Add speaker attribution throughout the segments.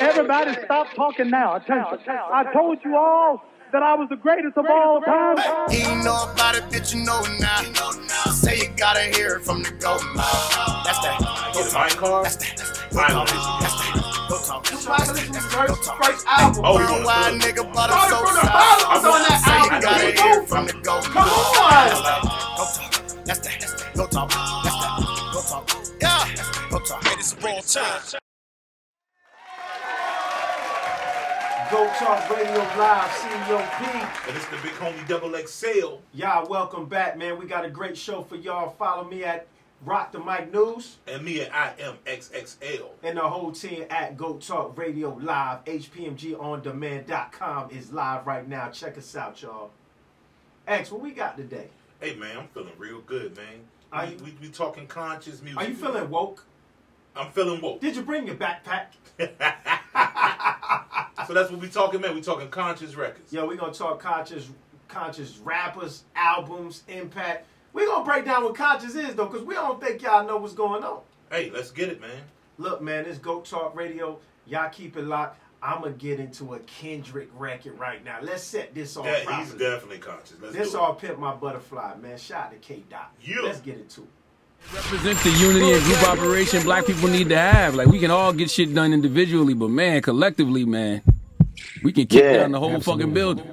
Speaker 1: Everybody stop talking now. Attention. I told you all that I was the greatest of all time.
Speaker 2: He ain't know about it, bitch, you know now. Say you gotta hear it from the goat mouth. That's that. Go talk. That's that. Go talk. That's that. Go talk. That's that. Go talk. First album. Oh, Worldwide nigga, but I'm so sorry. Say you gotta hear it from the goat mouth. Come on. Go talk. That's that. Go talk. That's that. Go talk. Yeah. Go talk. Greatest of all time. Go Talk Radio Live, E CEOP. And it's the big homie Double XL. Y'all, welcome back, man. We got a great show for y'all. Follow me at Rock the Mic News.
Speaker 3: And me at I am XXL.
Speaker 2: And the whole team at Go Talk Radio Live. HPMGOnDemand.com is live right now. Check us out, y'all. X, what we got today?
Speaker 3: Hey man, I'm feeling real good, man.
Speaker 2: Are
Speaker 3: we,
Speaker 2: you-
Speaker 3: we, we talking conscious music.
Speaker 2: Are you feeling woke?
Speaker 3: I'm feeling woke.
Speaker 2: Did you bring your backpack?
Speaker 3: so that's what we talking, man. We talking conscious records.
Speaker 2: Yo, we gonna talk conscious, conscious rappers, albums, impact. We gonna break down what conscious is though, cause we don't think y'all know what's going on.
Speaker 3: Hey, let's get it, man.
Speaker 2: Look, man, this Goat Talk Radio. Y'all keep it locked. I'ma get into a Kendrick record right now. Let's set this off
Speaker 3: That he's
Speaker 2: properly.
Speaker 3: definitely conscious. Let's
Speaker 2: This
Speaker 3: do it.
Speaker 2: all pimp my butterfly, man. Shout out to K Dot.
Speaker 3: Yeah.
Speaker 2: Let's get into it.
Speaker 4: represent the unity and group operation black people need to have. Like we can all get shit done individually, but man, collectively, man, we can kick
Speaker 5: Yeah,
Speaker 4: down the whole fucking building.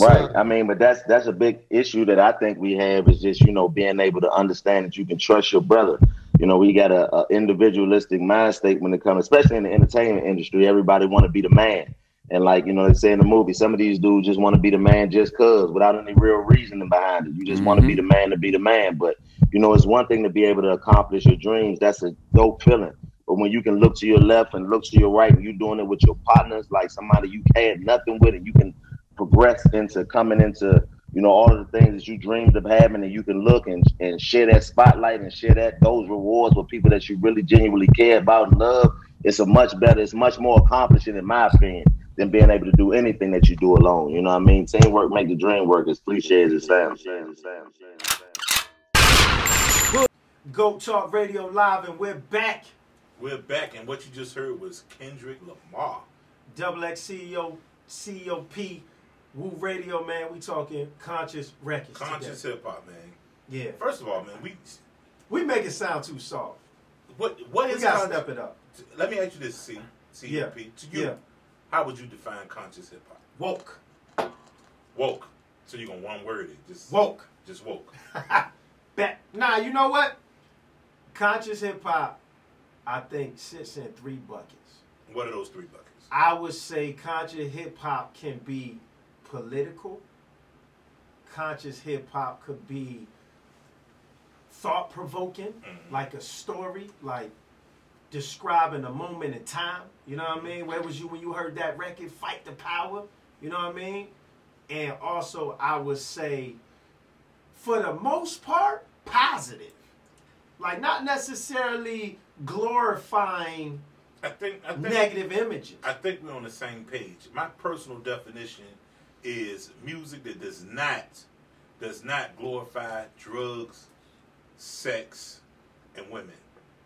Speaker 5: right. I mean, but that's that's a big issue that I think we have is just you know being able to understand that you can trust your brother. You know, we got a, a individualistic mind state when it comes, especially in the entertainment industry. Everybody want to be the man, and like you know they say in the movie, some of these dudes just want to be the man just cause, without any real reasoning behind it. You just want to be the man to be the man. But you know, it's one thing to be able to accomplish your dreams. That's a dope feeling. But when you can look to your left and look to your right, and you're doing it with your partners, like somebody you had nothing with, and you can progress into coming into you know all of the things that you dreamed of having and you can look and, and share that spotlight and share that those rewards with people that you really genuinely care about and love it's a much better it's much more accomplishing in my opinion than being able to do anything that you do alone you know what i mean teamwork make the dream work as cliche as it sounds
Speaker 2: Goat Talk Radio Live, and we're back.
Speaker 3: We're back, and what you just heard was Kendrick Lamar.
Speaker 2: Double X E CEO, COP, Woo Radio, man. We talking conscious records.
Speaker 3: Conscious
Speaker 2: today.
Speaker 3: hip hop, man.
Speaker 2: Yeah.
Speaker 3: First of all, man, we
Speaker 2: We make it sound too soft.
Speaker 3: what what
Speaker 2: We
Speaker 3: is
Speaker 2: gotta
Speaker 3: conscious?
Speaker 2: step it up.
Speaker 3: Let me ask you this, C C
Speaker 2: Yeah.
Speaker 3: P. To you,
Speaker 2: Yeah.
Speaker 3: how would you define conscious hip hop?
Speaker 2: Woke.
Speaker 3: Woke. So you gonna one word it? Just
Speaker 2: Woke.
Speaker 3: Just woke.
Speaker 2: Back. Nah, you know what? Conscious hip hop, I think, sits in three buckets.
Speaker 3: What are those three buckets?
Speaker 2: I would say conscious hip hop can be political. Conscious hip hop could be thought provoking,
Speaker 3: Mm-hmm.
Speaker 2: like a story, like describing a moment in time. You know what I mean? Where was you when you heard that record? Fight the power. You know what I mean? And also, I would say, for the most part, positive. Like not necessarily glorifying
Speaker 3: I think I think
Speaker 2: negative images.
Speaker 3: I think we're on the same page. My personal definition is music that does not does not glorify drugs, sex, and women,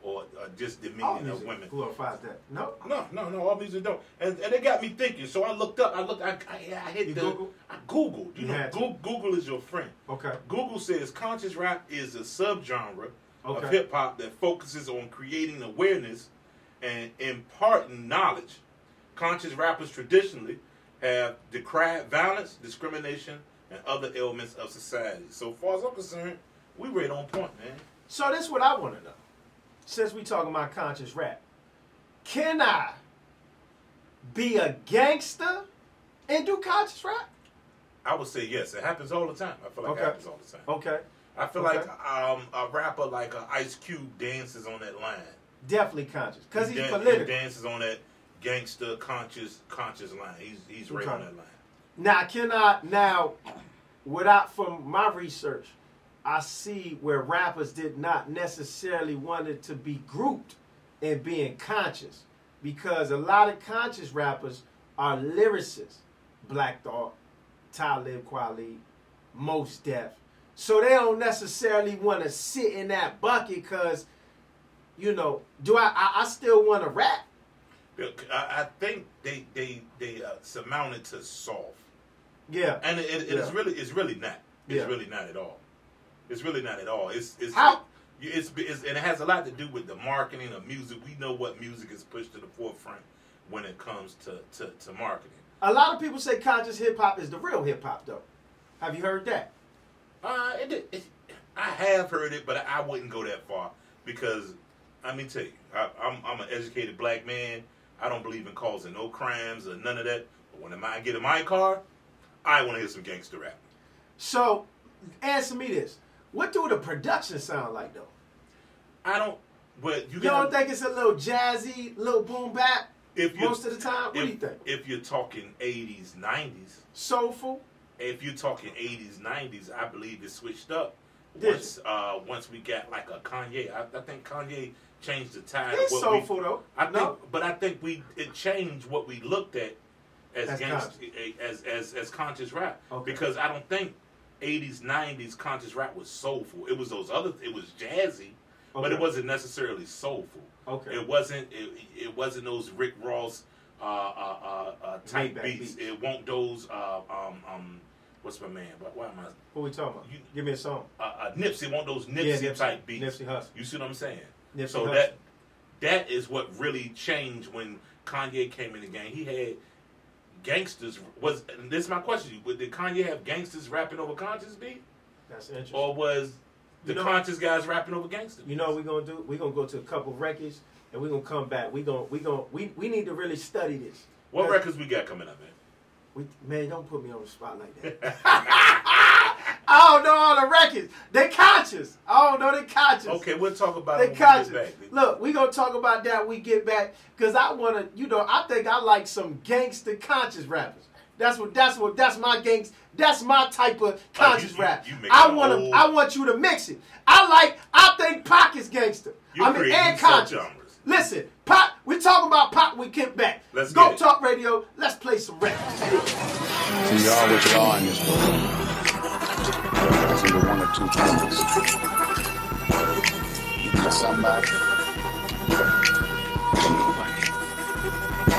Speaker 3: or, or just
Speaker 2: All
Speaker 3: dominion of
Speaker 2: music
Speaker 3: women.
Speaker 2: glorifies that. No,
Speaker 3: No, no, no. All music don't. And, and it got me thinking. So I looked up. I looked. I, I, I hit
Speaker 2: You
Speaker 3: the.
Speaker 2: Googled?
Speaker 3: I googled. You
Speaker 2: You
Speaker 3: know,
Speaker 2: had to.
Speaker 3: Google, Google is your friend.
Speaker 2: Okay.
Speaker 3: Google says conscious rap is a subgenre of
Speaker 2: Okay.
Speaker 3: hip hop that focuses on creating awareness and imparting knowledge. Conscious rappers traditionally have decried violence, discrimination, and other ailments of society. So far as I'm concerned, we right on point, man.
Speaker 2: So that's what I want to know. Since we talking about conscious rap, can I be a gangster and do conscious rap?
Speaker 3: I would say yes. It happens all the time. I feel like
Speaker 2: Okay.
Speaker 3: it happens all the time.
Speaker 2: Okay,
Speaker 3: I feel
Speaker 2: Okay.
Speaker 3: like um, a rapper like a Ice Cube dances on that line.
Speaker 2: definitely conscious because he's
Speaker 3: dan-
Speaker 2: political.
Speaker 3: He dances on that gangster conscious conscious line. He's he's right
Speaker 2: Okay.
Speaker 3: on that line.
Speaker 2: Now, can I now, without from my research, I see where rappers did not necessarily wanted to be grouped in being conscious, because a lot of conscious rappers are lyricists, Black Thought, Talib Kweli, Most Def, so they don't necessarily want to sit in that bucket, cause you know, do I I, I still want to rap?
Speaker 3: I I think they they they uh, surmounted to soft,
Speaker 2: Yeah.
Speaker 3: and it, it, it's
Speaker 2: Yeah.
Speaker 3: really it's really not. It's
Speaker 2: Yeah.
Speaker 3: really not at all. It's really not at all. It's it's
Speaker 2: How-
Speaker 3: you- it's, it's and it has a lot to do with the marketing of music. We know what music is pushed to the forefront when it comes to to, to marketing.
Speaker 2: A lot of people say conscious hip hop is the real hip hop, though. Have you heard that?
Speaker 3: Uh, it, did- it, I have heard it, but I wouldn't go that far because let me tell you, I, I'm, I'm an educated black man. I don't believe in causing no crimes or none of that. But when I get in my car, I want to hear some gangster rap.
Speaker 2: So, answer me this: What do the production sound like, though?
Speaker 3: I don't. But you,
Speaker 2: You don't
Speaker 3: gotta-
Speaker 2: think it's a little jazzy, little boom bap
Speaker 3: if you-
Speaker 2: most of the time? What
Speaker 3: if,
Speaker 2: do you think?
Speaker 3: If you're talking 80s, 90s,
Speaker 2: Soulful.
Speaker 3: if you're talking 80s, 90s, I believe it switched up
Speaker 2: Did
Speaker 3: once uh, once we got like a Kanye. I, I think Kanye changed the tide. of
Speaker 2: It's
Speaker 3: what we-
Speaker 2: soulful though.
Speaker 3: I think,
Speaker 2: no,
Speaker 3: but I think we it changed what we looked at as
Speaker 2: As
Speaker 3: gangsta, as, as as conscious rap
Speaker 2: Okay.
Speaker 3: because I don't think '80s '90s conscious rap was soulful. It was those other. It was jazzy, but it
Speaker 2: Okay.
Speaker 3: wasn't necessarily soulful.
Speaker 2: Okay.
Speaker 3: It wasn't. It, it wasn't those Rick Ross uh, uh, uh, uh, type
Speaker 2: Maybach
Speaker 3: beats.
Speaker 2: beats.
Speaker 3: It won't those. Uh, um, um, what's my man? Why, why am I?
Speaker 2: What we talking about?
Speaker 3: You-
Speaker 2: Give me a song.
Speaker 3: Uh, uh, Nipsey want those
Speaker 2: Yeah,
Speaker 3: Nipsey,
Speaker 2: Nipsey-
Speaker 3: type beats.
Speaker 2: Nipsey Hussle.
Speaker 3: You see what I'm saying?
Speaker 2: Nipsey
Speaker 3: so
Speaker 2: Hussle.
Speaker 3: that that is what really changed when Kanye came in the game. He had gangsters. Was and this is my question? to you, Would did Kanye have gangsters rapping over conscious beat,
Speaker 2: That's interesting.
Speaker 3: or was the
Speaker 2: You know-
Speaker 3: conscious guys rapping over gangsters?
Speaker 2: You know what we're gonna do? We're gonna go to a couple records and we're gonna come back. We're gonna we gonna we, we need to really study this.
Speaker 3: what
Speaker 2: Cause
Speaker 3: records we got coming up, man?
Speaker 2: We, man, don't put me on the spot like that. I don't know all the records. They conscious. I don't know they conscious.
Speaker 3: Okay, we'll talk about
Speaker 2: They
Speaker 3: it when we
Speaker 2: conscious.
Speaker 3: get back.
Speaker 2: Look, we gonna talk about that when we get back, cause I wanna, you know, I think I like some gangster conscious rappers. That's what that's what that's my gangs that's my type of conscious
Speaker 3: Oh, you-
Speaker 2: rap.
Speaker 3: you make
Speaker 2: I
Speaker 3: a
Speaker 2: wanna
Speaker 3: whole-
Speaker 2: I want you to mix it. I like I think Pac is gangster.
Speaker 3: You
Speaker 2: I mean
Speaker 3: creating
Speaker 2: and conscious.
Speaker 3: subgenres.
Speaker 2: Listen, Pop, we talking about Pop when Kim back.
Speaker 3: Let's
Speaker 2: go
Speaker 3: get it.
Speaker 2: talk radio, let's play some records.
Speaker 6: So you are what you are in this world. It's either one or two things. You need somebody. and nobody.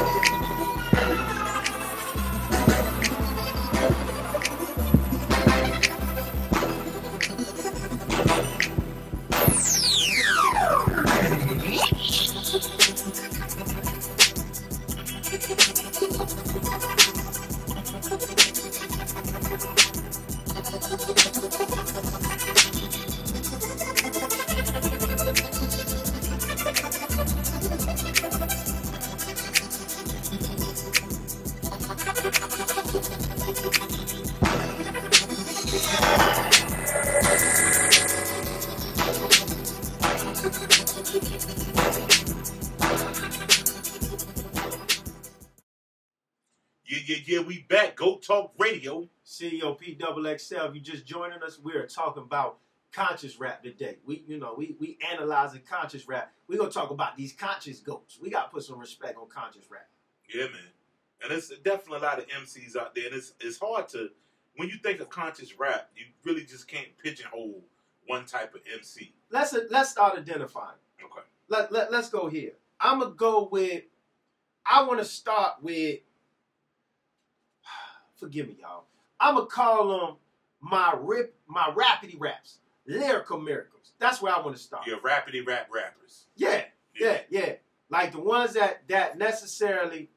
Speaker 3: Yeah, yeah, yeah. We back. Go talk radio.
Speaker 2: CEO PXXL, if you just joining us, we are talking about conscious rap today. We, you know, we we analyzing conscious rap. We're gonna talk about these conscious goats. We gotta put some respect on conscious rap.
Speaker 3: Yeah, man. And it's definitely a lot of MCs out there, and it's it's hard to when you think of conscious rap, you really just can't pigeonhole one type of MC.
Speaker 2: Let's let's start identifying.
Speaker 3: Okay.
Speaker 2: Let, let let's go here. I'ma go with I wanna start with forgive me, y'all. I'ma call them my rip my rapidy raps, lyrical miracles. That's where I wanna start.
Speaker 3: Your rapidy rap rappers.
Speaker 2: Yeah, yeah, yeah. Like the ones that that necessarily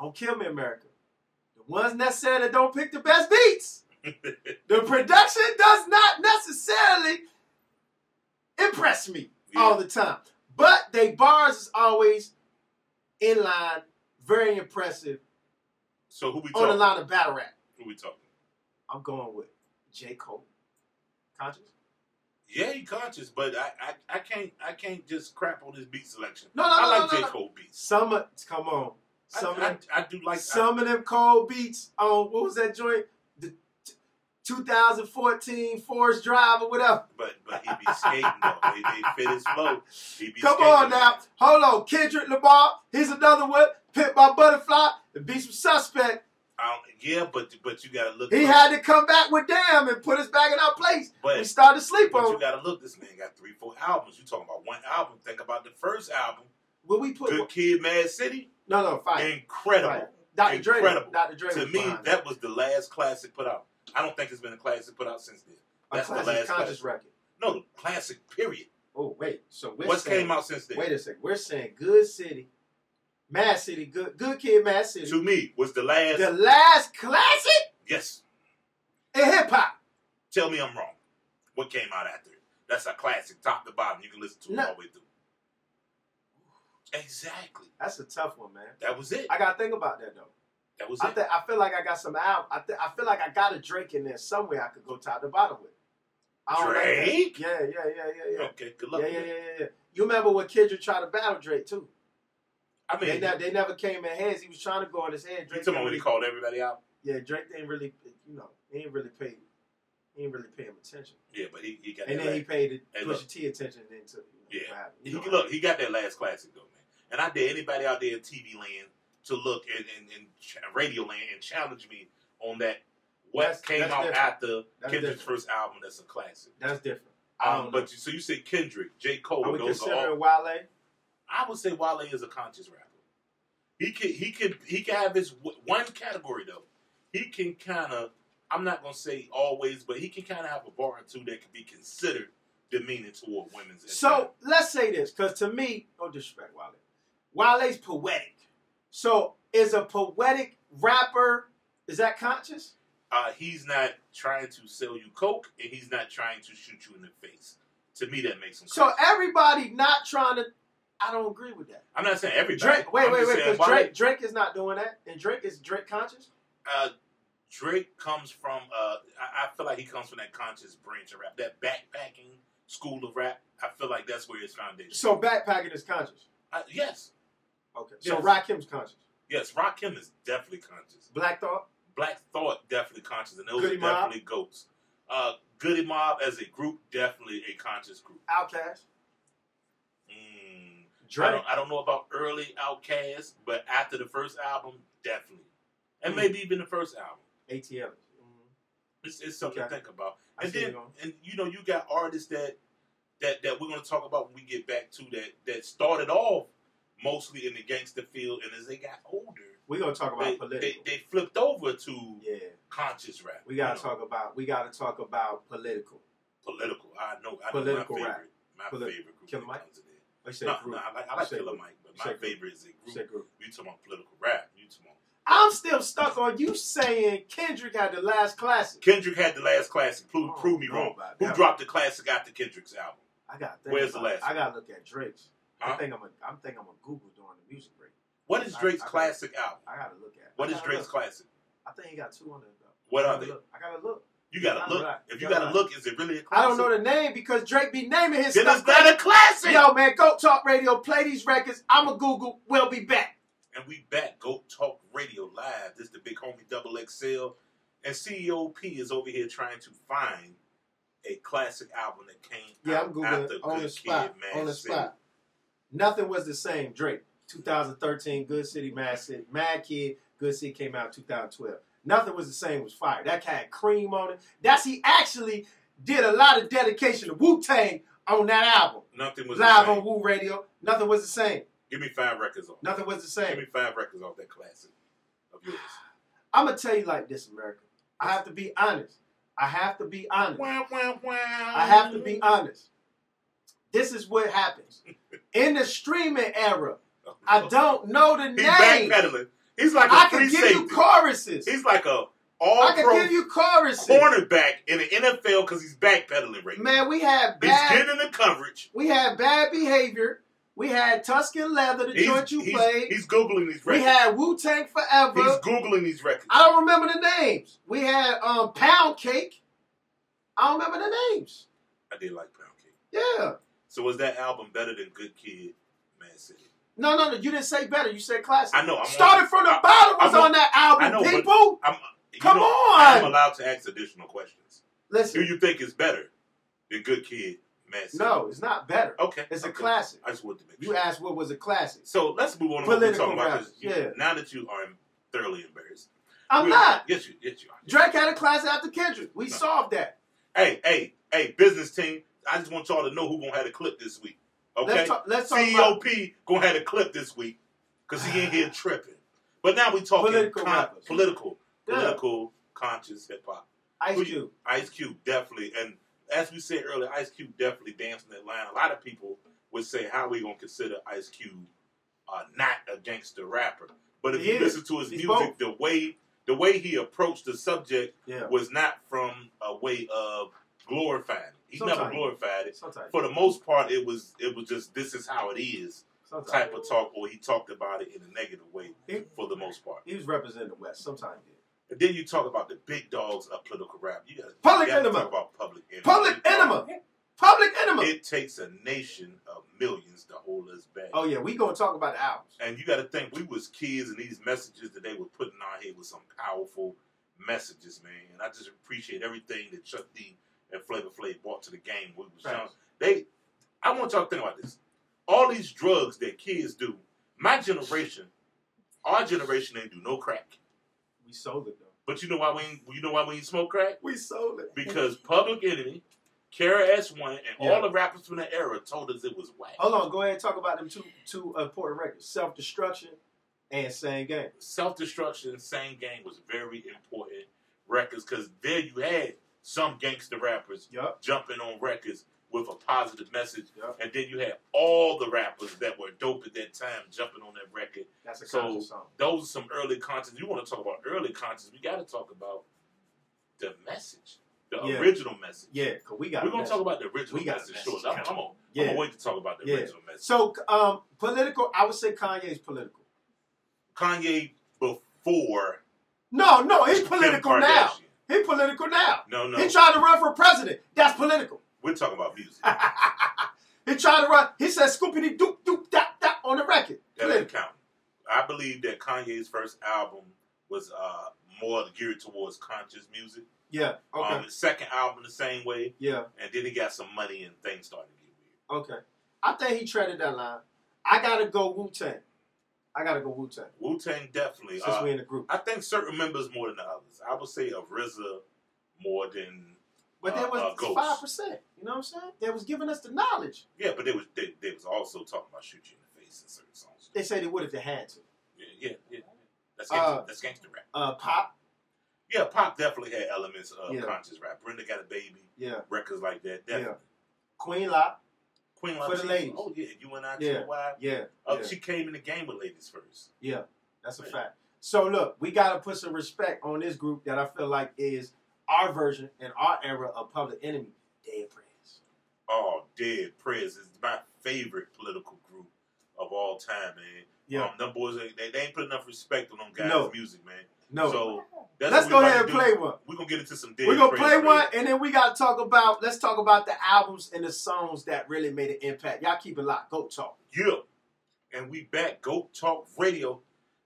Speaker 2: don't kill me, America. The ones necessarily don't pick the best beats. the production does not necessarily impress me
Speaker 3: Yeah.
Speaker 2: all the time, but they bars is always in line, very impressive
Speaker 3: So who we
Speaker 2: on the
Speaker 3: talking?
Speaker 2: line of battle rap.
Speaker 3: Who we talking?
Speaker 2: I'm going with J Cole. Conscious?
Speaker 3: Yeah, he conscious, but I, I I can't I can't just crap on his beat selection.
Speaker 2: No, no,
Speaker 3: I
Speaker 2: no,
Speaker 3: like
Speaker 2: no,
Speaker 3: J
Speaker 2: no, no.
Speaker 3: Cole beats.
Speaker 2: Some of come on,
Speaker 3: I-
Speaker 2: some of
Speaker 3: I,
Speaker 2: them
Speaker 3: I, do like I-
Speaker 2: some of them cold beats on what was that joint? The t- 2014 Forest Drive or whatever.
Speaker 3: but but he be skating though. They, they fit his flow. He be
Speaker 2: Come
Speaker 3: skating.
Speaker 2: on now, hold on, Kendrick Lamar. Here's another one. Pit my butterfly. The beats was suspect.
Speaker 3: I don't- yeah, but but you gotta look.
Speaker 2: He
Speaker 3: up-
Speaker 2: had to come back with damn and put us back in our place.
Speaker 3: But-
Speaker 2: we started to sleep
Speaker 3: But
Speaker 2: on.
Speaker 3: you gotta look. This man got three, four albums. You talking about one album? Think about the first album.
Speaker 2: Will we put?
Speaker 3: Good Kid, Mad City.
Speaker 2: No, no, fight.
Speaker 3: Incredible.
Speaker 2: Right. Dr. Dre-
Speaker 3: Incredible.
Speaker 2: Dr. Dre
Speaker 3: to
Speaker 2: was
Speaker 3: me,
Speaker 2: behind
Speaker 3: that was the last classic put out. I don't think there's been a classic put out since then.
Speaker 2: a
Speaker 3: That's the
Speaker 2: classic
Speaker 3: last
Speaker 2: conscious
Speaker 3: classic.
Speaker 2: record.
Speaker 3: No, classic period.
Speaker 2: Oh wait, so we're
Speaker 3: What's
Speaker 2: saying,
Speaker 3: came out since then?
Speaker 2: Wait a second, we're saying Good City, Mad City, Good Good Kid, Mad City,
Speaker 3: to me, was the last.
Speaker 2: the last classic
Speaker 3: yes.
Speaker 2: in hip hop.
Speaker 3: Tell me I'm wrong. What came out after it? That's a classic, top to bottom. You can listen to it
Speaker 2: No.
Speaker 3: all the way through. Exactly.
Speaker 2: That's a tough one, man.
Speaker 3: That was it.
Speaker 2: I gotta think about that though.
Speaker 3: That was
Speaker 2: I
Speaker 3: it.
Speaker 2: think I feel like I got some album. I thi- I feel like I got a Drake in there somewhere. I could go top to bottom with. I don't like that.
Speaker 3: Drake?
Speaker 2: yeah, yeah, yeah, yeah, yeah.
Speaker 3: Okay, good luck.
Speaker 2: Yeah, yeah,
Speaker 3: with
Speaker 2: yeah,
Speaker 3: it.
Speaker 2: yeah, yeah. You remember when Kendrick tried to battle Drake too?
Speaker 3: I mean,
Speaker 2: They, ne- they never came in heads. He was trying to go on his head.
Speaker 3: you
Speaker 2: Drake
Speaker 3: talking about when
Speaker 2: didn't
Speaker 3: he
Speaker 2: really-
Speaker 3: called everybody out?
Speaker 2: Yeah, Drake didn't really, you know, he ain't really paid, he ain't really pay him attention.
Speaker 3: Yeah, but he, he got
Speaker 2: And
Speaker 3: that
Speaker 2: then
Speaker 3: last-
Speaker 2: he paid
Speaker 3: Hey,
Speaker 2: the
Speaker 3: look.
Speaker 2: Pusha T attention into.
Speaker 3: Yeah.
Speaker 2: you
Speaker 3: He,
Speaker 2: know,
Speaker 3: look, he got that last classic though, man. And I dare anybody out there in TV land to look and, and, and ch- radio land and challenge me on that. What
Speaker 2: That's-
Speaker 3: came
Speaker 2: that's
Speaker 3: out
Speaker 2: different.
Speaker 3: after
Speaker 2: That's
Speaker 3: Kendrick's
Speaker 2: different.
Speaker 3: first album? That's a classic.
Speaker 2: that's different. I
Speaker 3: Um,
Speaker 2: don't know.
Speaker 3: but you, so you said Kendrick, J. Cole,
Speaker 2: Are we
Speaker 3: those are all.
Speaker 2: considering Wale?
Speaker 3: I would say Wale is a conscious rapper. He could he could he could have his w- one category though. He can kind of I'm not gonna say always, but he can kind of have a bar or two that could be considered demeaning toward women's.
Speaker 2: So let's say this, because to me, no disrespect Wale. Wale's poetic. So is a poetic rapper, is that conscious?
Speaker 3: uh, he's not trying to sell you coke and he's not trying to shoot you in the face. To me, that makes him.
Speaker 2: So
Speaker 3: crazy.
Speaker 2: everybody not trying to, I don't agree with that.
Speaker 3: I'm not saying everybody.
Speaker 2: Drake, wait,
Speaker 3: I'm
Speaker 2: wait,
Speaker 3: just
Speaker 2: wait,
Speaker 3: saying
Speaker 2: because
Speaker 3: why-
Speaker 2: Drake, Drake is not doing that. And Drake is Drake conscious?
Speaker 3: Uh, Drake comes from. Uh, I, I feel like he comes from that conscious branch of rap, that backpacking school of rap. I feel like that's where his foundation.
Speaker 2: So backpacking is conscious.
Speaker 3: Uh, yes,
Speaker 2: Okay. So
Speaker 3: Yes.
Speaker 2: Rakim's conscious.
Speaker 3: yes. Rakim is definitely conscious.
Speaker 2: Black Thought.
Speaker 3: Black Thought definitely conscious, and those
Speaker 2: Goody
Speaker 3: are
Speaker 2: Mob?
Speaker 3: definitely goats. Uh, Goody Mob as a group definitely a conscious group.
Speaker 2: Outcast.
Speaker 3: Mm, I
Speaker 2: Drake.
Speaker 3: don't, I don't know about early Outcast, but after the first album, definitely, and
Speaker 2: Mm.
Speaker 3: maybe even the first album.
Speaker 2: ATM. Mm-hmm.
Speaker 3: It's, it's something
Speaker 2: Okay.
Speaker 3: to think about.
Speaker 2: I
Speaker 3: And
Speaker 2: see
Speaker 3: then,
Speaker 2: you on.
Speaker 3: and you know, you got artists that that that we're going to talk about when we get back to that that started off mostly in the gangster field, and as they got older,
Speaker 2: We're gonna talk about
Speaker 3: they, they
Speaker 2: political.
Speaker 3: they flipped over to
Speaker 2: yeah.
Speaker 3: conscious rap.
Speaker 2: We gotta
Speaker 3: you know,
Speaker 2: talk about we gotta talk about political.
Speaker 3: political. I know, I know
Speaker 2: Political
Speaker 3: my
Speaker 2: rap.
Speaker 3: favorite, my
Speaker 2: Polit-
Speaker 3: favorite group.
Speaker 2: Killer
Speaker 3: that
Speaker 2: Mike?
Speaker 3: comes in there.
Speaker 2: They say
Speaker 3: No,
Speaker 2: group.
Speaker 3: no, I like, I
Speaker 2: You
Speaker 3: like
Speaker 2: say
Speaker 3: Killer
Speaker 2: group.
Speaker 3: Mike, but
Speaker 2: You
Speaker 3: my
Speaker 2: say group.
Speaker 3: favorite is a
Speaker 2: You
Speaker 3: group.
Speaker 2: say group.
Speaker 3: You talking about political rap? You talking about
Speaker 2: I'm still stuck on you saying Kendrick had the last classic.
Speaker 3: Kendrick had the last classic. Prove,
Speaker 2: Oh,
Speaker 3: prove me
Speaker 2: no,
Speaker 3: wrong.
Speaker 2: about
Speaker 3: Who
Speaker 2: that.
Speaker 3: dropped the classic after Kendrick's album?
Speaker 2: I got
Speaker 3: Where's the last?
Speaker 2: I gotta look at Drake's. I
Speaker 3: Huh?
Speaker 2: think I'm a I'm think I'm a Google during the music break.
Speaker 3: What is
Speaker 2: I-
Speaker 3: Drake's
Speaker 2: I-
Speaker 3: classic album?
Speaker 2: I gotta look at.
Speaker 3: What
Speaker 2: I
Speaker 3: is
Speaker 2: gotta
Speaker 3: Drake's
Speaker 2: look.
Speaker 3: classic?
Speaker 2: I think he got two on there though.
Speaker 3: What
Speaker 2: I
Speaker 3: are
Speaker 2: gotta
Speaker 3: they?
Speaker 2: look. I gotta look.
Speaker 3: You
Speaker 2: I'm
Speaker 3: gotta look.
Speaker 2: not-
Speaker 3: If you
Speaker 2: I'm
Speaker 3: gotta
Speaker 2: not.
Speaker 3: look, is it really a
Speaker 2: I
Speaker 3: classic?
Speaker 2: don't know the name because Drake be naming his
Speaker 3: Then
Speaker 2: stuff.
Speaker 3: it's not a classic.
Speaker 2: Yo, man, Go Talk Radio, play these records. I'm a Google. We'll be back.
Speaker 3: And we back. Go Talk Radio Live. This the big homie Double XL, and CEOP is over here trying to find a classic album that came out after Good Kid, Mad City.
Speaker 2: Nothing was the same. Drake, 2013, Good City, Mad City, Mad Kid, Good City came out 2012. Nothing was the same was fire. That had cream on it. That's he actually did a lot of dedication to Wu Tang on that album.
Speaker 3: Nothing was
Speaker 2: Live
Speaker 3: the
Speaker 2: on
Speaker 3: same.
Speaker 2: Wu Radio. Nothing was the same.
Speaker 3: Give me five records off.
Speaker 2: Nothing was the
Speaker 3: Give
Speaker 2: same.
Speaker 3: me five records off that classic of yours.
Speaker 2: I'm gonna tell you like this, America. I have to be honest. I have to be honest.
Speaker 3: Wow, wow, wow.
Speaker 2: I have to be honest. This is what happens in the streaming era. I don't know the
Speaker 3: He's
Speaker 2: name.
Speaker 3: Oh, backpedaling. He's like a
Speaker 2: I
Speaker 3: free
Speaker 2: can give
Speaker 3: safety.
Speaker 2: you choruses.
Speaker 3: he's like a
Speaker 2: I
Speaker 3: all
Speaker 2: can
Speaker 3: pro
Speaker 2: give you choruses.
Speaker 3: cornerback in the NFL because he's backpedaling right now.
Speaker 2: Man, we had
Speaker 3: He's
Speaker 2: bad.
Speaker 3: getting the coverage.
Speaker 2: We had bad behavior. We had Tuscan Leather, the
Speaker 3: He's,
Speaker 2: joint you
Speaker 3: he's,
Speaker 2: played.
Speaker 3: he's googling these
Speaker 2: we
Speaker 3: records.
Speaker 2: had Wu Tang Forever.
Speaker 3: he's googling these records.
Speaker 2: I don't remember the names. We had um, Pound Cake. I don't remember the names.
Speaker 3: I did like Pound Cake.
Speaker 2: Yeah.
Speaker 3: So was that album better than Good Kid, Man City?
Speaker 2: No, no, no. You didn't say better. You said classic.
Speaker 3: I know. I'm
Speaker 2: Started from the
Speaker 3: I-
Speaker 2: bottom was
Speaker 3: I'm on-
Speaker 2: on that
Speaker 3: I
Speaker 2: album,
Speaker 3: know, but-
Speaker 2: people.
Speaker 3: I'm, you
Speaker 2: Come
Speaker 3: know,
Speaker 2: on!
Speaker 3: I'm allowed to ask additional questions.
Speaker 2: Listen,
Speaker 3: Do you think it's better than Good Kid, Man City?
Speaker 2: no, it's not better.
Speaker 3: Okay.
Speaker 2: It's a
Speaker 3: okay.
Speaker 2: classic.
Speaker 3: I just wanted to make sure.
Speaker 2: You asked what was a classic.
Speaker 3: So let's move on to what we're
Speaker 2: Political
Speaker 3: talking about. 'cause
Speaker 2: rappers,
Speaker 3: you-
Speaker 2: yeah.
Speaker 3: Now that you are thoroughly embarrassed,
Speaker 2: I'm
Speaker 3: We're-
Speaker 2: not.
Speaker 3: Yes, you. Yes, you are.
Speaker 2: Drake had a classic after Kendrick. We solved that.
Speaker 3: Hey, hey, hey, business team. I just want y'all to know who gonna have a clip this week. Okay. E
Speaker 2: Let's talk. Let's talk about.
Speaker 3: CEOP gonna have a clip this week. because he in here tripping. But now we talking
Speaker 2: Political
Speaker 3: political, con-
Speaker 2: rappers.
Speaker 3: political,
Speaker 2: Yeah.
Speaker 3: political conscious hip hop.
Speaker 2: Ice
Speaker 3: Who you-
Speaker 2: Cube.
Speaker 3: Ice Cube definitely, and as we said earlier, Ice Cube definitely dancing that line. A lot of people would say, "How we gonna consider Ice Cube uh, not a gangster rapper?" But if
Speaker 2: He
Speaker 3: you
Speaker 2: is.
Speaker 3: listen to his
Speaker 2: He's
Speaker 3: music,
Speaker 2: both.
Speaker 3: the way the way he approached the subject
Speaker 2: Yeah.
Speaker 3: was not from a way of glorifying. it. He never
Speaker 2: Sometimes.
Speaker 3: glorified it.
Speaker 2: Sometimes.
Speaker 3: For the most part, it was it was just this is how it is
Speaker 2: Sometimes.
Speaker 3: type of talk, or he talked about it in a negative way
Speaker 2: He-
Speaker 3: for the most part.
Speaker 2: He was representing the West. Sometimes he did.
Speaker 3: And then you talk about the big dogs of political rap. You got
Speaker 2: Public
Speaker 3: to
Speaker 2: enema.
Speaker 3: talk about public enemy.
Speaker 2: Public enema. Public enema.
Speaker 3: It takes a nation of millions to hold us back.
Speaker 2: oh yeah, we gonna talk about the albums.
Speaker 3: And you got to think we was kids, and these messages that they were putting out here was some powerful messages, man. And I just appreciate everything that Chuck D and Flavor Flav brought to the game. when We was young.
Speaker 2: Facts.
Speaker 3: They, I want y'all to think about this. All these drugs that kids do, my generation, our generation ain't do no crack.
Speaker 2: We sold it though.
Speaker 3: But you know why we ain't, you know why we ain't smoke crack?
Speaker 2: We sold it.
Speaker 3: Because Public Enemy, Kara S1, and
Speaker 2: Yeah.
Speaker 3: all the rappers from that era told us it was whack.
Speaker 2: Hold on, go ahead and talk about them two two important records: Self Destruction and Same Game.
Speaker 3: Self Destruction, Same Gang was very important records because there you had some gangster rappers
Speaker 2: Yup.
Speaker 3: jumping on records with a positive message.
Speaker 2: Yup.
Speaker 3: And then you had all the rappers that were dope at that time jumping on that record.
Speaker 2: That's a
Speaker 3: So-
Speaker 2: conscious song.
Speaker 3: Those are some early contents. You want to talk about early contents, we got to talk about the message, the
Speaker 2: Yeah.
Speaker 3: original message.
Speaker 2: Yeah, cause we got.
Speaker 3: We're
Speaker 2: a
Speaker 3: gonna
Speaker 2: message.
Speaker 3: talk about the original
Speaker 2: We got a
Speaker 3: message.
Speaker 2: message.
Speaker 3: Sure, I'm, I'm gonna I'm
Speaker 2: Yeah.
Speaker 3: gonna wait to talk about the
Speaker 2: Yeah.
Speaker 3: original message.
Speaker 2: So um, political. I would say Kanye is political.
Speaker 3: Kanye before
Speaker 2: No, no, he's
Speaker 3: Kim
Speaker 2: political now.
Speaker 3: Kardashian.
Speaker 2: He's political now.
Speaker 3: No, no,
Speaker 2: He tried to run for president. That's political.
Speaker 3: we're talking about music.
Speaker 2: He tried to run. He said scoopity doop doop dap dap on the record.
Speaker 3: That doesn't
Speaker 2: Political.
Speaker 3: count. I believe that Kanye's first album was uh, more geared towards conscious music.
Speaker 2: Yeah. Okay.
Speaker 3: Um, his second album the same way,
Speaker 2: yeah.
Speaker 3: and then he got some money and things started to get weird.
Speaker 2: Okay. I think he treaded that line. I gotta go Wu Tang. I gotta go Wu Tang.
Speaker 3: Wu Tang definitely.
Speaker 2: Since
Speaker 3: uh,
Speaker 2: we in the group.
Speaker 3: I think certain members more than the others. I would say of RZA more than
Speaker 2: But there
Speaker 3: uh, uh,
Speaker 2: was
Speaker 3: Ghost.
Speaker 2: five percent. You know what I'm saying? They was giving us the knowledge.
Speaker 3: yeah, but they was they, they was also talking about shoot you in the face in certain songs.
Speaker 2: They said they would if they had to.
Speaker 3: Yeah, yeah, yeah. That's gangster,
Speaker 2: Uh,
Speaker 3: that's gangster rap.
Speaker 2: Uh pop.
Speaker 3: Yeah, pop definitely had elements of
Speaker 2: Yeah.
Speaker 3: conscious rap. Brenda got a baby,
Speaker 2: Yeah.
Speaker 3: records like that. Definitely.
Speaker 2: Yeah. Queen Lop.
Speaker 3: Queen
Speaker 2: For the
Speaker 3: Latifah,
Speaker 2: ladies.
Speaker 3: Oh yeah, you and I
Speaker 2: Yeah.
Speaker 3: too. Why?
Speaker 2: Yeah.
Speaker 3: Oh,
Speaker 2: yeah.
Speaker 3: she came in the game with ladies first.
Speaker 2: yeah. That's a
Speaker 3: Yeah.
Speaker 2: fact. So look, we gotta put some respect on this group that I feel like is our version and our era of public enemy. Dead friends.
Speaker 3: Oh, Dead Prez is my favorite political group of all time, man.
Speaker 2: Yeah.
Speaker 3: Um, them boys, ain't- they, they ain't put enough respect on them guys'
Speaker 2: No.
Speaker 3: music, man.
Speaker 2: No.
Speaker 3: So that's
Speaker 2: Let's
Speaker 3: what
Speaker 2: go
Speaker 3: we about
Speaker 2: ahead and
Speaker 3: to
Speaker 2: play
Speaker 3: do.
Speaker 2: one.
Speaker 3: We're gonna get into some Dead
Speaker 2: We're gonna
Speaker 3: Prez
Speaker 2: play
Speaker 3: later.
Speaker 2: one, and then we gotta talk about. Let's talk about the albums and the songs that really made an impact. Y'all keep it locked. Go talk.
Speaker 3: Yeah. And we back, Go Talk Radio.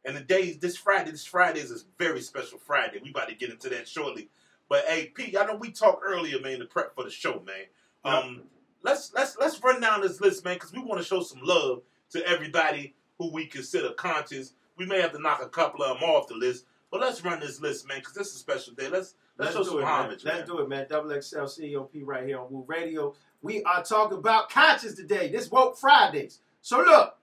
Speaker 3: And the days this Friday, this Friday is a very special Friday. We about to get into that shortly. But hey, Pete, I know we talked earlier, man, to prep for the show, man. Um, let's let's let's run down this list, man, because we want to show some love to everybody who we consider conscious. We may have to knock a couple of them off the list, but let's run this list, man, because this is a special day. Let's let's, show some
Speaker 2: it, man.
Speaker 3: homage,
Speaker 2: Let's
Speaker 3: man.
Speaker 2: do it, man. Double XL COP E right here on Woo Radio. We are talking about conscious today. This woke Fridays. So look,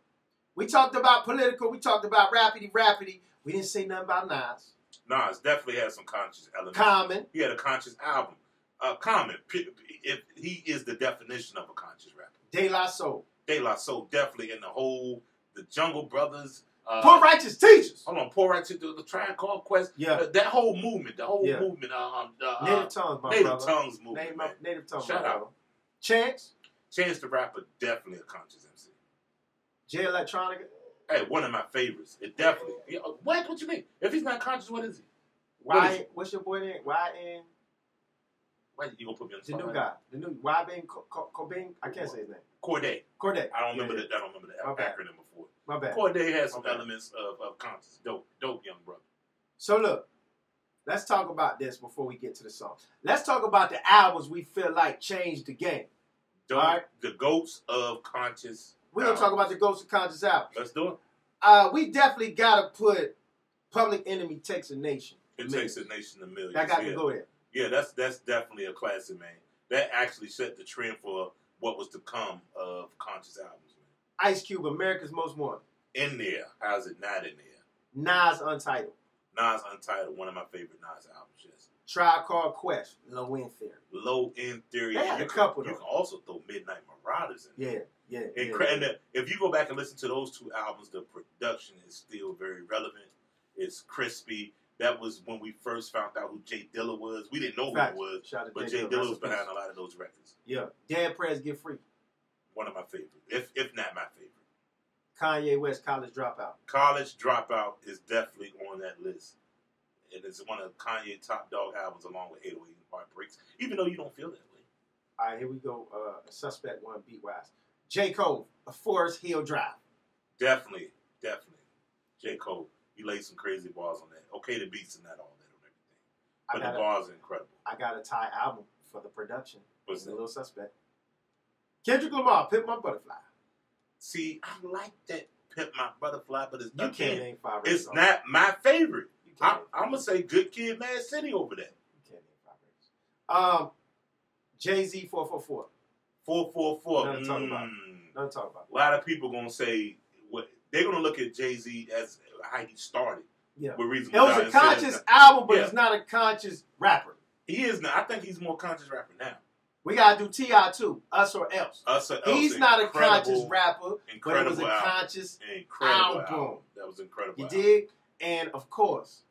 Speaker 2: we talked about political. We talked about rapidy rapidy. We didn't say nothing about Nas,
Speaker 3: Nas definitely has some conscious elements.
Speaker 2: Common,
Speaker 3: He had a conscious album. Uh, Common, p- p- if he is the definition of a conscious rapper.
Speaker 2: De La Soul,
Speaker 3: De La Soul definitely in the whole, the Jungle Brothers. Uh,
Speaker 2: Poor Righteous Teachers,
Speaker 3: Hold on, Poor Right to the, the Tribe Called Quest. Uh,
Speaker 2: Yeah.
Speaker 3: That, that whole movement, the whole
Speaker 2: Yeah.
Speaker 3: movement. Uh, um, the, uh,
Speaker 2: Native Tongues, my
Speaker 3: Native
Speaker 2: brother.
Speaker 3: Tongues movement.
Speaker 2: Native,
Speaker 3: man.
Speaker 2: Native Tongues.
Speaker 3: Shout
Speaker 2: my
Speaker 3: out.
Speaker 2: brother. Chance,
Speaker 3: Chance the Rapper, definitely a conscious MC.
Speaker 2: J Electronica.
Speaker 3: Hey, one of my favorites. It definitely. Yeah, uh, what? What you mean? If he's not conscious, what is he? What is
Speaker 2: Why?
Speaker 3: it?
Speaker 2: What's your boy name? Y N.
Speaker 3: Why you gonna put me on the
Speaker 2: The
Speaker 3: spot?
Speaker 2: new
Speaker 3: right
Speaker 2: guy,
Speaker 3: now?
Speaker 2: the new Wabin Co- Co- Cobin. I can't say his name.
Speaker 3: Corday.
Speaker 2: Corday.
Speaker 3: I don't remember
Speaker 2: Yeah,
Speaker 3: the. I don't remember the
Speaker 2: My bad.
Speaker 3: acronym before.
Speaker 2: My bad.
Speaker 3: Corday has some
Speaker 2: Okay.
Speaker 3: elements of, of conscious. Dope, dope young brother.
Speaker 2: So look, let's talk about this before we get to the song. Let's talk about the albums we feel like changed the game.
Speaker 3: Dope,
Speaker 2: Alright.
Speaker 3: The goats of conscious.
Speaker 2: We're gonna talk about the Ghost of Conscious album.
Speaker 3: Let's do it.
Speaker 2: Uh, we definitely gotta put Public Enemy Takes a Nation.
Speaker 3: It takes a nation of millions.
Speaker 2: I got
Speaker 3: yeah.
Speaker 2: to go there.
Speaker 3: Yeah, that's that's definitely a classic, man. That actually set the trend for what was to come of conscious albums, man.
Speaker 2: Ice Cube, America's Most Wanted.
Speaker 3: in there. How's it not in there?
Speaker 2: Nas Untitled.
Speaker 3: Nas Untitled, one of my favorite Nas albums. Yes.
Speaker 2: Tribe Called Quest. Low End Theory.
Speaker 3: Low End Theory.
Speaker 2: They had
Speaker 3: you
Speaker 2: a
Speaker 3: can-
Speaker 2: couple,
Speaker 3: You
Speaker 2: though.
Speaker 3: can also throw Midnight Marauders in there.
Speaker 2: Yeah, yeah.
Speaker 3: And,
Speaker 2: yeah.
Speaker 3: cra- and the- if you go back and listen to those two albums, the production is still very relevant. It's crispy. That was when we first found out who Jay Dilla was. We didn't know who
Speaker 2: Facts.
Speaker 3: he was,
Speaker 2: Shout out to
Speaker 3: but
Speaker 2: Jay
Speaker 3: Jay
Speaker 2: Dilla.
Speaker 3: Dilla was
Speaker 2: Rest in
Speaker 3: behind
Speaker 2: peace.
Speaker 3: a lot of those records.
Speaker 2: Yeah. Dead Prez Get Free.
Speaker 3: One of my favorites, if if not my favorite.
Speaker 2: Kanye West College Dropout.
Speaker 3: College Dropout is definitely on that list. And it's one of Kanye top dog albums along with 808 and Heartbreaks, even though you don't feel that way.
Speaker 2: All right, here we go. Uh, suspect one, beat wise. J. Cole, A Forest Hill Drive.
Speaker 3: Definitely, definitely. J. Cole, you laid some crazy bars on that. Okay, the beats and not all that on everything.
Speaker 2: I
Speaker 3: But
Speaker 2: got,
Speaker 3: the
Speaker 2: a,
Speaker 3: bars are incredible.
Speaker 2: I got a tie album for the production.
Speaker 3: What's
Speaker 2: a
Speaker 3: that?
Speaker 2: little suspect. Kendrick Lamar, Pimp My Butterfly.
Speaker 3: See, I like that Pimp My Butterfly, but it's
Speaker 2: You
Speaker 3: not,
Speaker 2: can't name five
Speaker 3: it's
Speaker 2: records off.
Speaker 3: not my favorite.
Speaker 2: You can't
Speaker 3: I,
Speaker 2: name-
Speaker 3: I'm going to say Good Kid, Mad City over that.
Speaker 2: you can't name five records. Um, Jay Z 444.
Speaker 3: 444.
Speaker 2: Gotta talk about it.
Speaker 3: mm.
Speaker 2: Nothing to talk about.
Speaker 3: a lot of people gonna say what they're gonna look at Jay Z as how he started.
Speaker 2: Yeah.
Speaker 3: With reason
Speaker 2: It was
Speaker 3: Without
Speaker 2: a
Speaker 3: and said
Speaker 2: conscious
Speaker 3: it's not-
Speaker 2: album, but
Speaker 3: Yeah.
Speaker 2: it's not a conscious rapper.
Speaker 3: He is now. I think he's more conscious rapper now.
Speaker 2: We gotta do Ti too, us or else.
Speaker 3: Us or Else,
Speaker 2: He's not a conscious
Speaker 3: incredible-
Speaker 2: rapper, but it was a
Speaker 3: incredible album.
Speaker 2: conscious.
Speaker 3: Incredible album.
Speaker 2: album.
Speaker 3: That was incredible.
Speaker 2: You
Speaker 3: album.
Speaker 2: dig? And of course,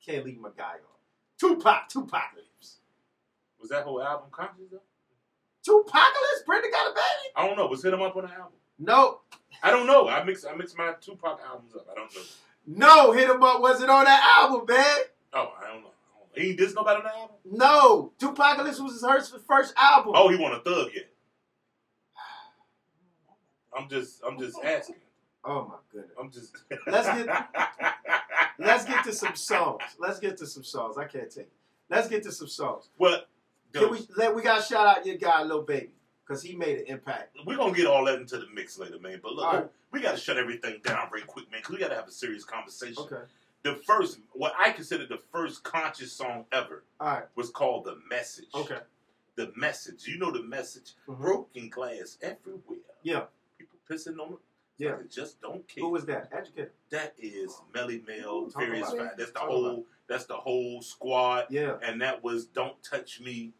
Speaker 2: can't leave my guy off. Tupac, Tupac lives.
Speaker 3: Was that whole album conscious though?
Speaker 2: Tupac lives. Brenda got a baby.
Speaker 3: I don't know. Was hit him up on the album?
Speaker 2: No,
Speaker 3: I don't know. I mix I mix my Tupac albums up. I don't know.
Speaker 2: no, hit him up wasn't on that album, man.
Speaker 3: Oh, I don't know. I don't know. He dissed nobody on the album.
Speaker 2: No, Tupac lives was his first, first album.
Speaker 3: Oh, he won a thug yet? I'm just I'm just asking.
Speaker 2: Oh, my goodness.
Speaker 3: I'm just
Speaker 2: Let's Let's get to some songs. Let's get to some songs. I can't take it. Let's get to some songs.
Speaker 3: Well,
Speaker 2: Can we let we gotta shout out your guy, Lil Baby, because he made an impact.
Speaker 3: we're gonna get all that into the mix later, man. But look,
Speaker 2: All right.
Speaker 3: we gotta shut everything down real quick, man, because we gotta have a serious conversation. The first, what I consider the first conscious song ever,
Speaker 2: All right.
Speaker 3: was called "The Message."
Speaker 2: Okay.
Speaker 3: The message. You know the message.
Speaker 2: Mhm.
Speaker 3: Broken glass everywhere.
Speaker 2: Yeah.
Speaker 3: People pissing on it.
Speaker 2: Yeah.
Speaker 3: They just don't care.
Speaker 2: Who was that? Educator.
Speaker 3: that? Is Melly Mel,
Speaker 2: Ooh, talk
Speaker 3: Furious
Speaker 2: about it.
Speaker 3: Five. That's the
Speaker 2: Talk about
Speaker 3: whole. That's the whole squad.
Speaker 2: Yeah.
Speaker 3: And that was "Don't Touch Me."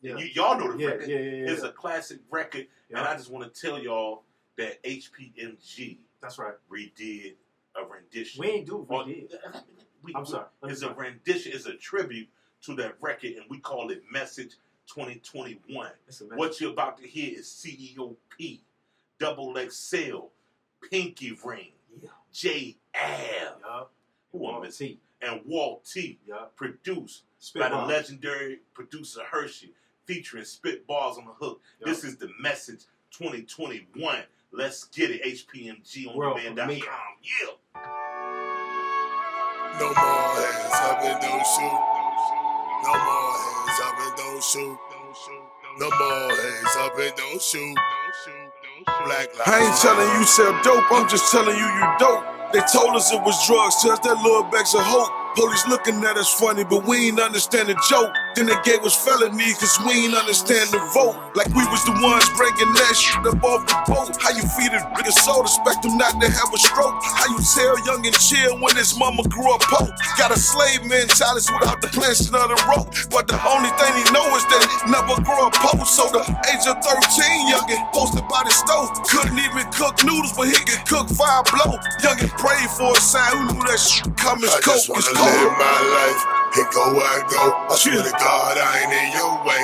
Speaker 2: Yeah.
Speaker 3: You, y'all know the
Speaker 2: Yeah.
Speaker 3: record.
Speaker 2: Yeah. Yeah. yeah,
Speaker 3: It's a classic record, and
Speaker 2: Yeah.
Speaker 3: I just want to tell y'all that HPMG
Speaker 2: That's right.
Speaker 3: redid a rendition.
Speaker 2: We ain't do
Speaker 3: Or-
Speaker 2: what we did.
Speaker 3: We-
Speaker 2: I'm sorry. Let me
Speaker 3: It's a
Speaker 2: stop.
Speaker 3: rendition. It's a tribute to that record, and we call it Message 2021.
Speaker 2: It's a mess.
Speaker 3: What you're about to hear is CEOP, Double XL, Pinky Ring,
Speaker 2: Yeah.
Speaker 3: J. Ab,
Speaker 2: Yup.
Speaker 3: who I'm missing,
Speaker 2: T.
Speaker 3: and Walt T.
Speaker 2: Yup.
Speaker 3: Produced
Speaker 2: Spit
Speaker 3: by the
Speaker 2: bomb.
Speaker 3: legendary producer Hershey, featuring Spitballs on the Hook.
Speaker 2: Yup.
Speaker 3: This is the message 2021. Let's get it. HPMG on
Speaker 2: World
Speaker 3: demand.com.
Speaker 2: premiere.
Speaker 3: Yeah.
Speaker 6: No more hands up and don't shoot. No more hands up and don't shoot. No more hands up and don't shoot. Black lives.
Speaker 7: I ain't telling you sell dope, I'm just telling you you dope. They told us it was drugs, so that's that little bags of hope. Police looking at us funny, but we ain't understand the joke. Then they gave us felonies, cause we ain't understand the vote. Like we was the ones breaking that shit up off the boat. How you feed a nigga soul, expect him not to have a stroke. How you tell young and chill when his mama grew up poor. Got a slave mentality without the planting of the rope. But the only thing he know is that he never grow up poor. So the age of 13, youngin' posted by the stove. Couldn't even cook noodles, but he could cook fire blow. Youngin' prayed for a sign, who knew that shit coming?
Speaker 6: I
Speaker 7: cold,
Speaker 6: just wanna
Speaker 7: it's
Speaker 6: live
Speaker 7: cold.
Speaker 6: my life and go where I go. I swear to God, I ain't in your way.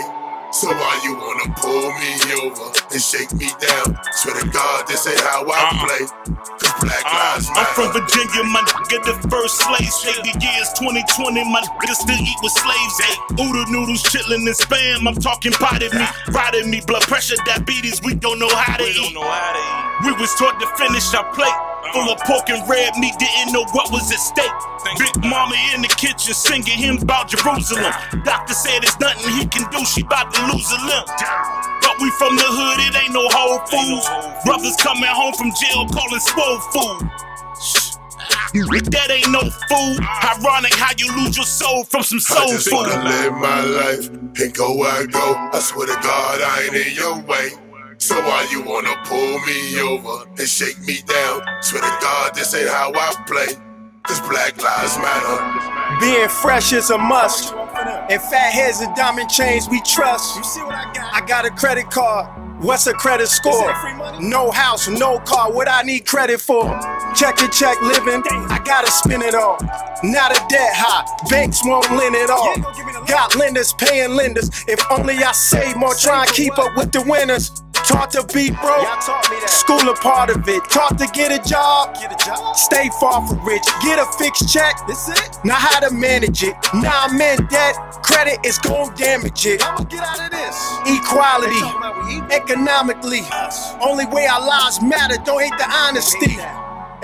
Speaker 6: So why you wanna pull me over and shake me down? Swear to God, this ain't how I
Speaker 7: Uh-uh.
Speaker 6: play. Cause black
Speaker 7: Uh,
Speaker 6: lives
Speaker 7: I'm from
Speaker 6: matter.
Speaker 7: Virginia, my nigga, the first slave state. The year's 2020, my nigga still eat with slaves. Hey, oodle noodles, chitlin' and spam. I'm talking potted me, rotted me, blood pressure, diabetes. We don't know how to eat. We was taught to finish our plate. Full of pork and red meat, didn't know what was at stake. Big mama in the kitchen singing hymns about Jerusalem. Doctor said it's nothing he can do, she bout to lose a limb. But we from the hood, it ain't no Whole Foods. Brothers coming home from jail calling swole food. That ain't no food. Ironic how you lose your soul from some
Speaker 6: I
Speaker 7: soul
Speaker 6: just
Speaker 7: food.
Speaker 6: wanna live my life and go where I go. I swear to God, I ain't in your way. So why you wanna pull me over and shake me down? Swear to God, this ain't how I play. This Black Lives Matter.
Speaker 8: Being fresh is a must. And fat heads and diamond chains we trust. You see what I got? I got a credit card. What's a credit score? No house, no car. What I need credit for? Check to check living. I gotta spin it all. Not a debt high. Banks won't lend it all. Got lenders paying lenders. If only I save more, try and keep up with the winners. Taught to be broke. School a part of it. Taught to get a job. Stay far from rich. Get a fixed check. This it. Now how to manage it. Now I'm in debt. Credit is gon' damage it. I'ma get out of this. Equality. Economically. Only way our lives matter. Don't hate the honesty.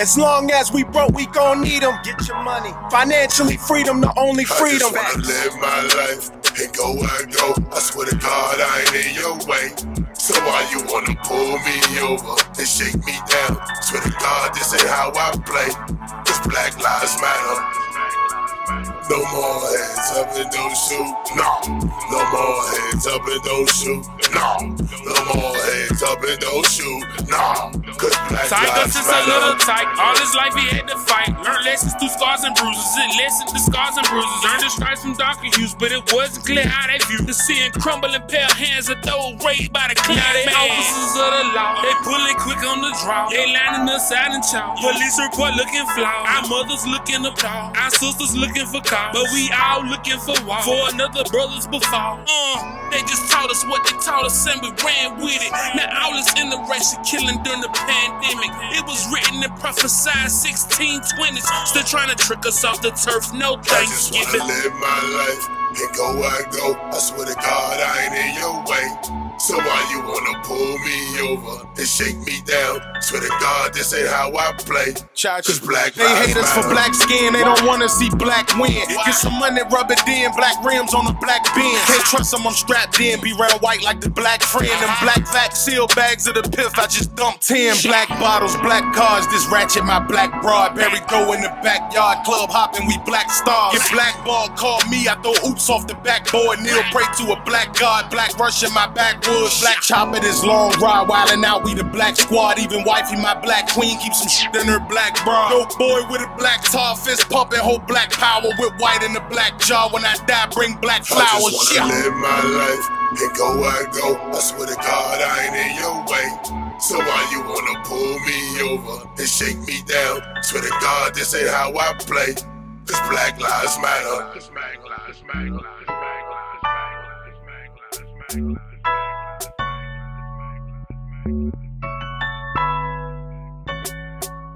Speaker 8: As long as we broke, we gon' need them. Get your money. Financially, freedom, the only freedom.
Speaker 6: I just wanna live my life and go where I go. I swear to God, I ain't in your way. So why you wanna pull me over and shake me down? Swear to God, this ain't how I play. This Black Lives Matter. No more hands up and don't shoot. No. No more hands up and don't shoot. No. No more hands up and don't shoot. No. Cause Black
Speaker 9: Tiger
Speaker 6: Lives
Speaker 9: just a little
Speaker 6: Matter.
Speaker 9: tight. All his life he had to fight. Learned lessons through scars and bruises. And lessons to scars and bruises. Earned his stripes from darker hues, but it wasn't clear how they viewed. To seeing crumbling pale hands are throw away by the clan. Now they officers of the law. They pulling quick on the draw. They lining us out and chow. Police report looking flawed. Our mothers looking appalled. Our sisters looking for cause. But we all looking for why. For another brother's befall. Uh, they just taught us what they taught us and we ran with it. Now all this interracial killing during the pandemic. It was written and prophesied 1620s. Still trying to trick us off the turf. No
Speaker 6: I just wanna
Speaker 9: Thanksgiving.
Speaker 6: live my life and go where I go. I swear to God, I ain't in your way. So why you wanna pull me over and shake me down? Swear to God, this ain't how I play.
Speaker 8: Child,
Speaker 6: Cause black
Speaker 8: they
Speaker 6: lives
Speaker 8: hate us for
Speaker 6: matter.
Speaker 8: black skin. They don't wanna see black win. Get some money, rub it in. Black rims on a black bin. Can't trust them, I'm strapped in. Be round white like the black friend. Them black vac seal bags of the piff. I just dumped 10 black bottles, black cars. This ratchet, my black broad. Barry go in the backyard. Club hopping, we black stars. Get blackballed, call me. I throw oops off the backboard. Kneel, pray to a black god. Black Russian, my backwoods. Black chopper, this long ride. Wildin' out, we the black squad. Even wifey, my black queen, keep some shit in her black bra. No boy with a black tar fist pumping, whole black power with white in the black jaw. When I die, bring black
Speaker 6: I just
Speaker 8: flowers.
Speaker 6: wanna
Speaker 8: Yeah.
Speaker 6: live my life and go where I go. I swear to God, I ain't in your way. So why you wanna pull me over and shake me down? Swear to God, this ain't how I play. This Black Lives Matter.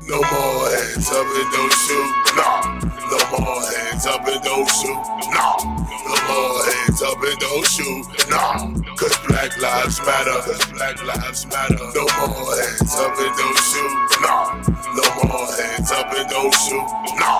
Speaker 6: No more hands up and don't shoot. No. No more hands up and don't shoot. No. No more hands up and don't shoot. No. Cause black lives matter. Cause black lives matter. No more hands up and don't shoot. No. No more hands up and don't shoot. No.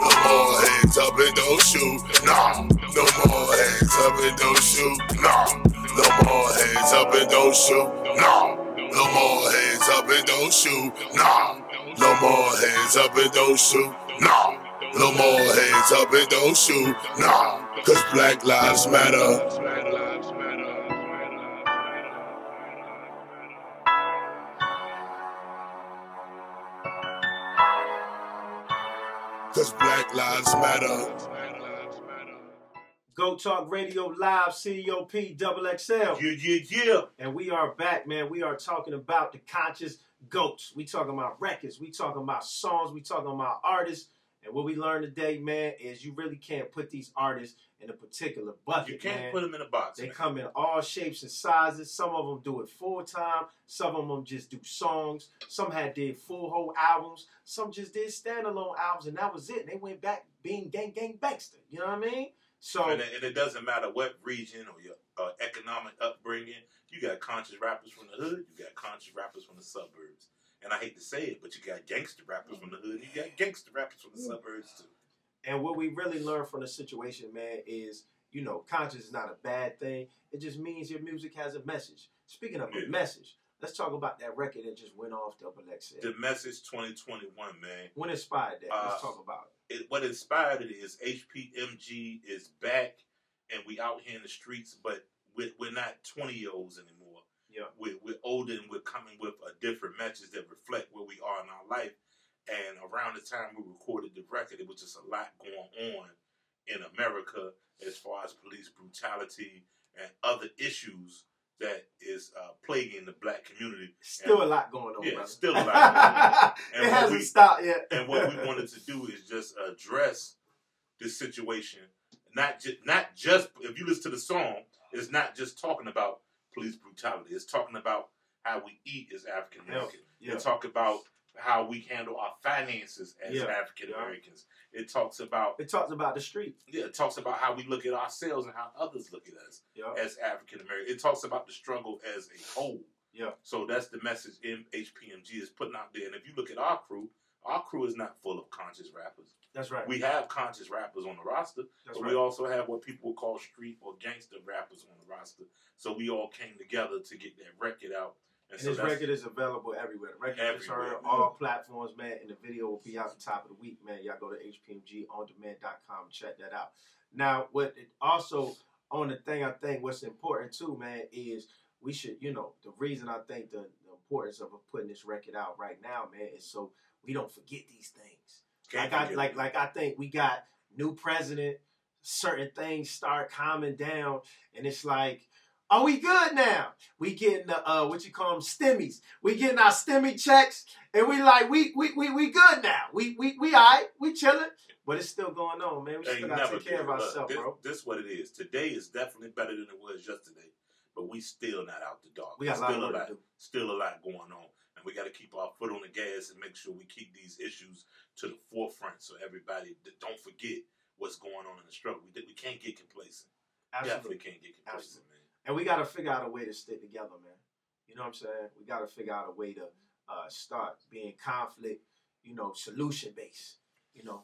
Speaker 6: No more hands up and don't shoot. No. No more hands up and don't shoot. No. No more hands up and don't shoot. No. No more hands up and don't shoot. No. No more hands up and don't shoot. No. No more hands up and don't shoot. No. Cause black lives matter. Cause black lives matter.
Speaker 2: Go Talk Radio Live, COP, double XL.
Speaker 3: Yeah, yeah, yeah.
Speaker 2: And we are back, man. We are talking about the conscious goats. We talking about records. We talking about songs. We talking about artists. And what we learned today, man, is you really can't put these artists in a particular bucket.
Speaker 3: You can't
Speaker 2: man.
Speaker 3: put them in a box.
Speaker 2: They
Speaker 3: man.
Speaker 2: come in all shapes and sizes. Some of them do it full time. Some of them just do songs. Some had did full whole albums. Some just did standalone albums, and that was it. They went back being gang gang bangster. You know what I mean? So
Speaker 3: and, it, and it doesn't matter what region or your uh, economic upbringing. You got conscious rappers from the hood. You got conscious rappers from the suburbs. And I hate to say it, but you got gangster rappers from the hood. You got gangster rappers from the suburbs too.
Speaker 2: And what we really learned from the situation, man, is you know, conscience is not a bad thing. It just means your music has a message. Speaking of
Speaker 3: Yeah.
Speaker 2: a message, let's talk about that record that just went off Double X.
Speaker 3: The message 2021, man.
Speaker 2: What inspired that?
Speaker 3: Uh,
Speaker 2: let's talk about it.
Speaker 3: It, what inspired it is HPMG is back, and we out here in the streets, but we're, we're not 20 year olds anymore.
Speaker 2: Yeah.
Speaker 3: We're, we're older and we're coming with a different message that reflect where we are in our life. And around the time we recorded the record, it was just a lot going on in America as far as police brutality and other issues that is uh, plaguing the black community.
Speaker 2: Still a lot going on.
Speaker 3: Yeah,
Speaker 2: brother.
Speaker 3: still a lot going on. And
Speaker 2: it
Speaker 3: what
Speaker 2: hasn't
Speaker 3: we-
Speaker 2: stopped yet.
Speaker 3: and what we wanted to do is just address this situation. Not just not just if you listen to the song, it's not just talking about police brutality. It's talking about how we eat as African Americans.
Speaker 2: Yeah.
Speaker 3: It talk about how we handle our finances as
Speaker 2: Yeah.
Speaker 3: African Americans. It talks about
Speaker 2: It talks about the street.
Speaker 3: yeah, it talks about how we look at ourselves and how others look at us
Speaker 2: Yeah.
Speaker 3: as African American. It talks about the struggle as a whole.
Speaker 2: Yeah.
Speaker 3: So that's the message M- HPMG is putting out there. And if you look at our crew, our crew is not full of conscious rappers.
Speaker 2: That's right.
Speaker 3: We have conscious rappers on the roster,
Speaker 2: That's
Speaker 3: but
Speaker 2: right.
Speaker 3: we also have what people would call street or gangster rappers on the roster. So we all came together to get that record out. And,
Speaker 2: And
Speaker 3: so
Speaker 2: his
Speaker 3: that's,
Speaker 2: record is available everywhere. The record is
Speaker 3: Everywhere,
Speaker 2: heard on
Speaker 3: man.
Speaker 2: all platforms, man, and the video will be out the top of the week, man. Y'all go to hpmgondemand.com and check that out. Now, what it also on the thing I think what's important too, man, is we should, you know, the reason I think the, the importance of putting this record out right now, man, is so we don't forget these things.
Speaker 3: Can't
Speaker 2: like I
Speaker 3: forget
Speaker 2: like
Speaker 3: it.
Speaker 2: like I think we got new president, certain things start calming down, and it's like, are we good now? We getting the uh what you call them stimmies. We getting our stimmy checks, and we like we we we, we good now. We we we all right. We chilling, but it's still going on, man. We
Speaker 3: They
Speaker 2: still gotta take care
Speaker 3: give
Speaker 2: of
Speaker 3: up.
Speaker 2: ourselves,
Speaker 3: this,
Speaker 2: bro.
Speaker 3: This what it is. Today is definitely better than it was yesterday, but we still not out the dark.
Speaker 2: We got a lot
Speaker 3: still
Speaker 2: of work to
Speaker 3: lot,
Speaker 2: do.
Speaker 3: still a lot going on, and we got to keep our foot on the gas and make sure we keep these issues to the forefront, so everybody d- don't forget what's going on in the struggle. We, we can't get complacent.
Speaker 2: Absolutely.
Speaker 3: Definitely can't get complacent, man.
Speaker 2: And we gotta figure out a way to stick together, man. You know what I'm saying? We gotta figure out a way to uh start being conflict, you know, solution based. You know,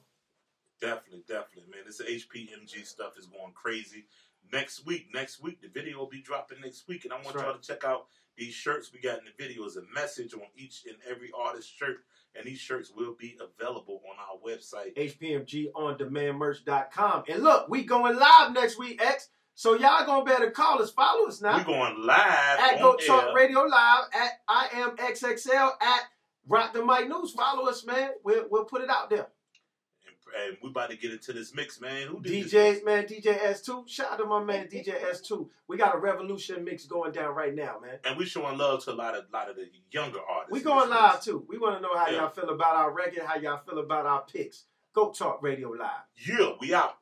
Speaker 3: Definitely, definitely, man. This HPMG stuff is going crazy. Next week, next week, the video will be dropping next week, and I want
Speaker 2: That's right.
Speaker 3: y'all to check out these shirts we got in the video. Is a message on each and every artist shirt, and these shirts will be available on our website.
Speaker 2: hpmgondemandmerch.com. And look, we going live next week, X. So y'all gonna better call us, follow us now.
Speaker 3: We're going live
Speaker 2: at
Speaker 3: on
Speaker 2: Go
Speaker 3: air.
Speaker 2: Talk Radio Live, at I am XXL, at Rock the Mic News. Follow us, man. We'll, we'll put it out there.
Speaker 3: and, and we about to get into this mix, man. Who did this?
Speaker 2: DJs, man, DJ S2. Shout out to my man, DJ S2. We got a revolution mix going down right now, man.
Speaker 3: And we showing love to a lot of lot of the younger artists.
Speaker 2: We
Speaker 3: in
Speaker 2: going
Speaker 3: this
Speaker 2: live
Speaker 3: mix.
Speaker 2: too. We want to know how
Speaker 3: Yeah.
Speaker 2: y'all feel about our record, how y'all feel about our picks. Go Talk Radio Live.
Speaker 3: Yeah, we out.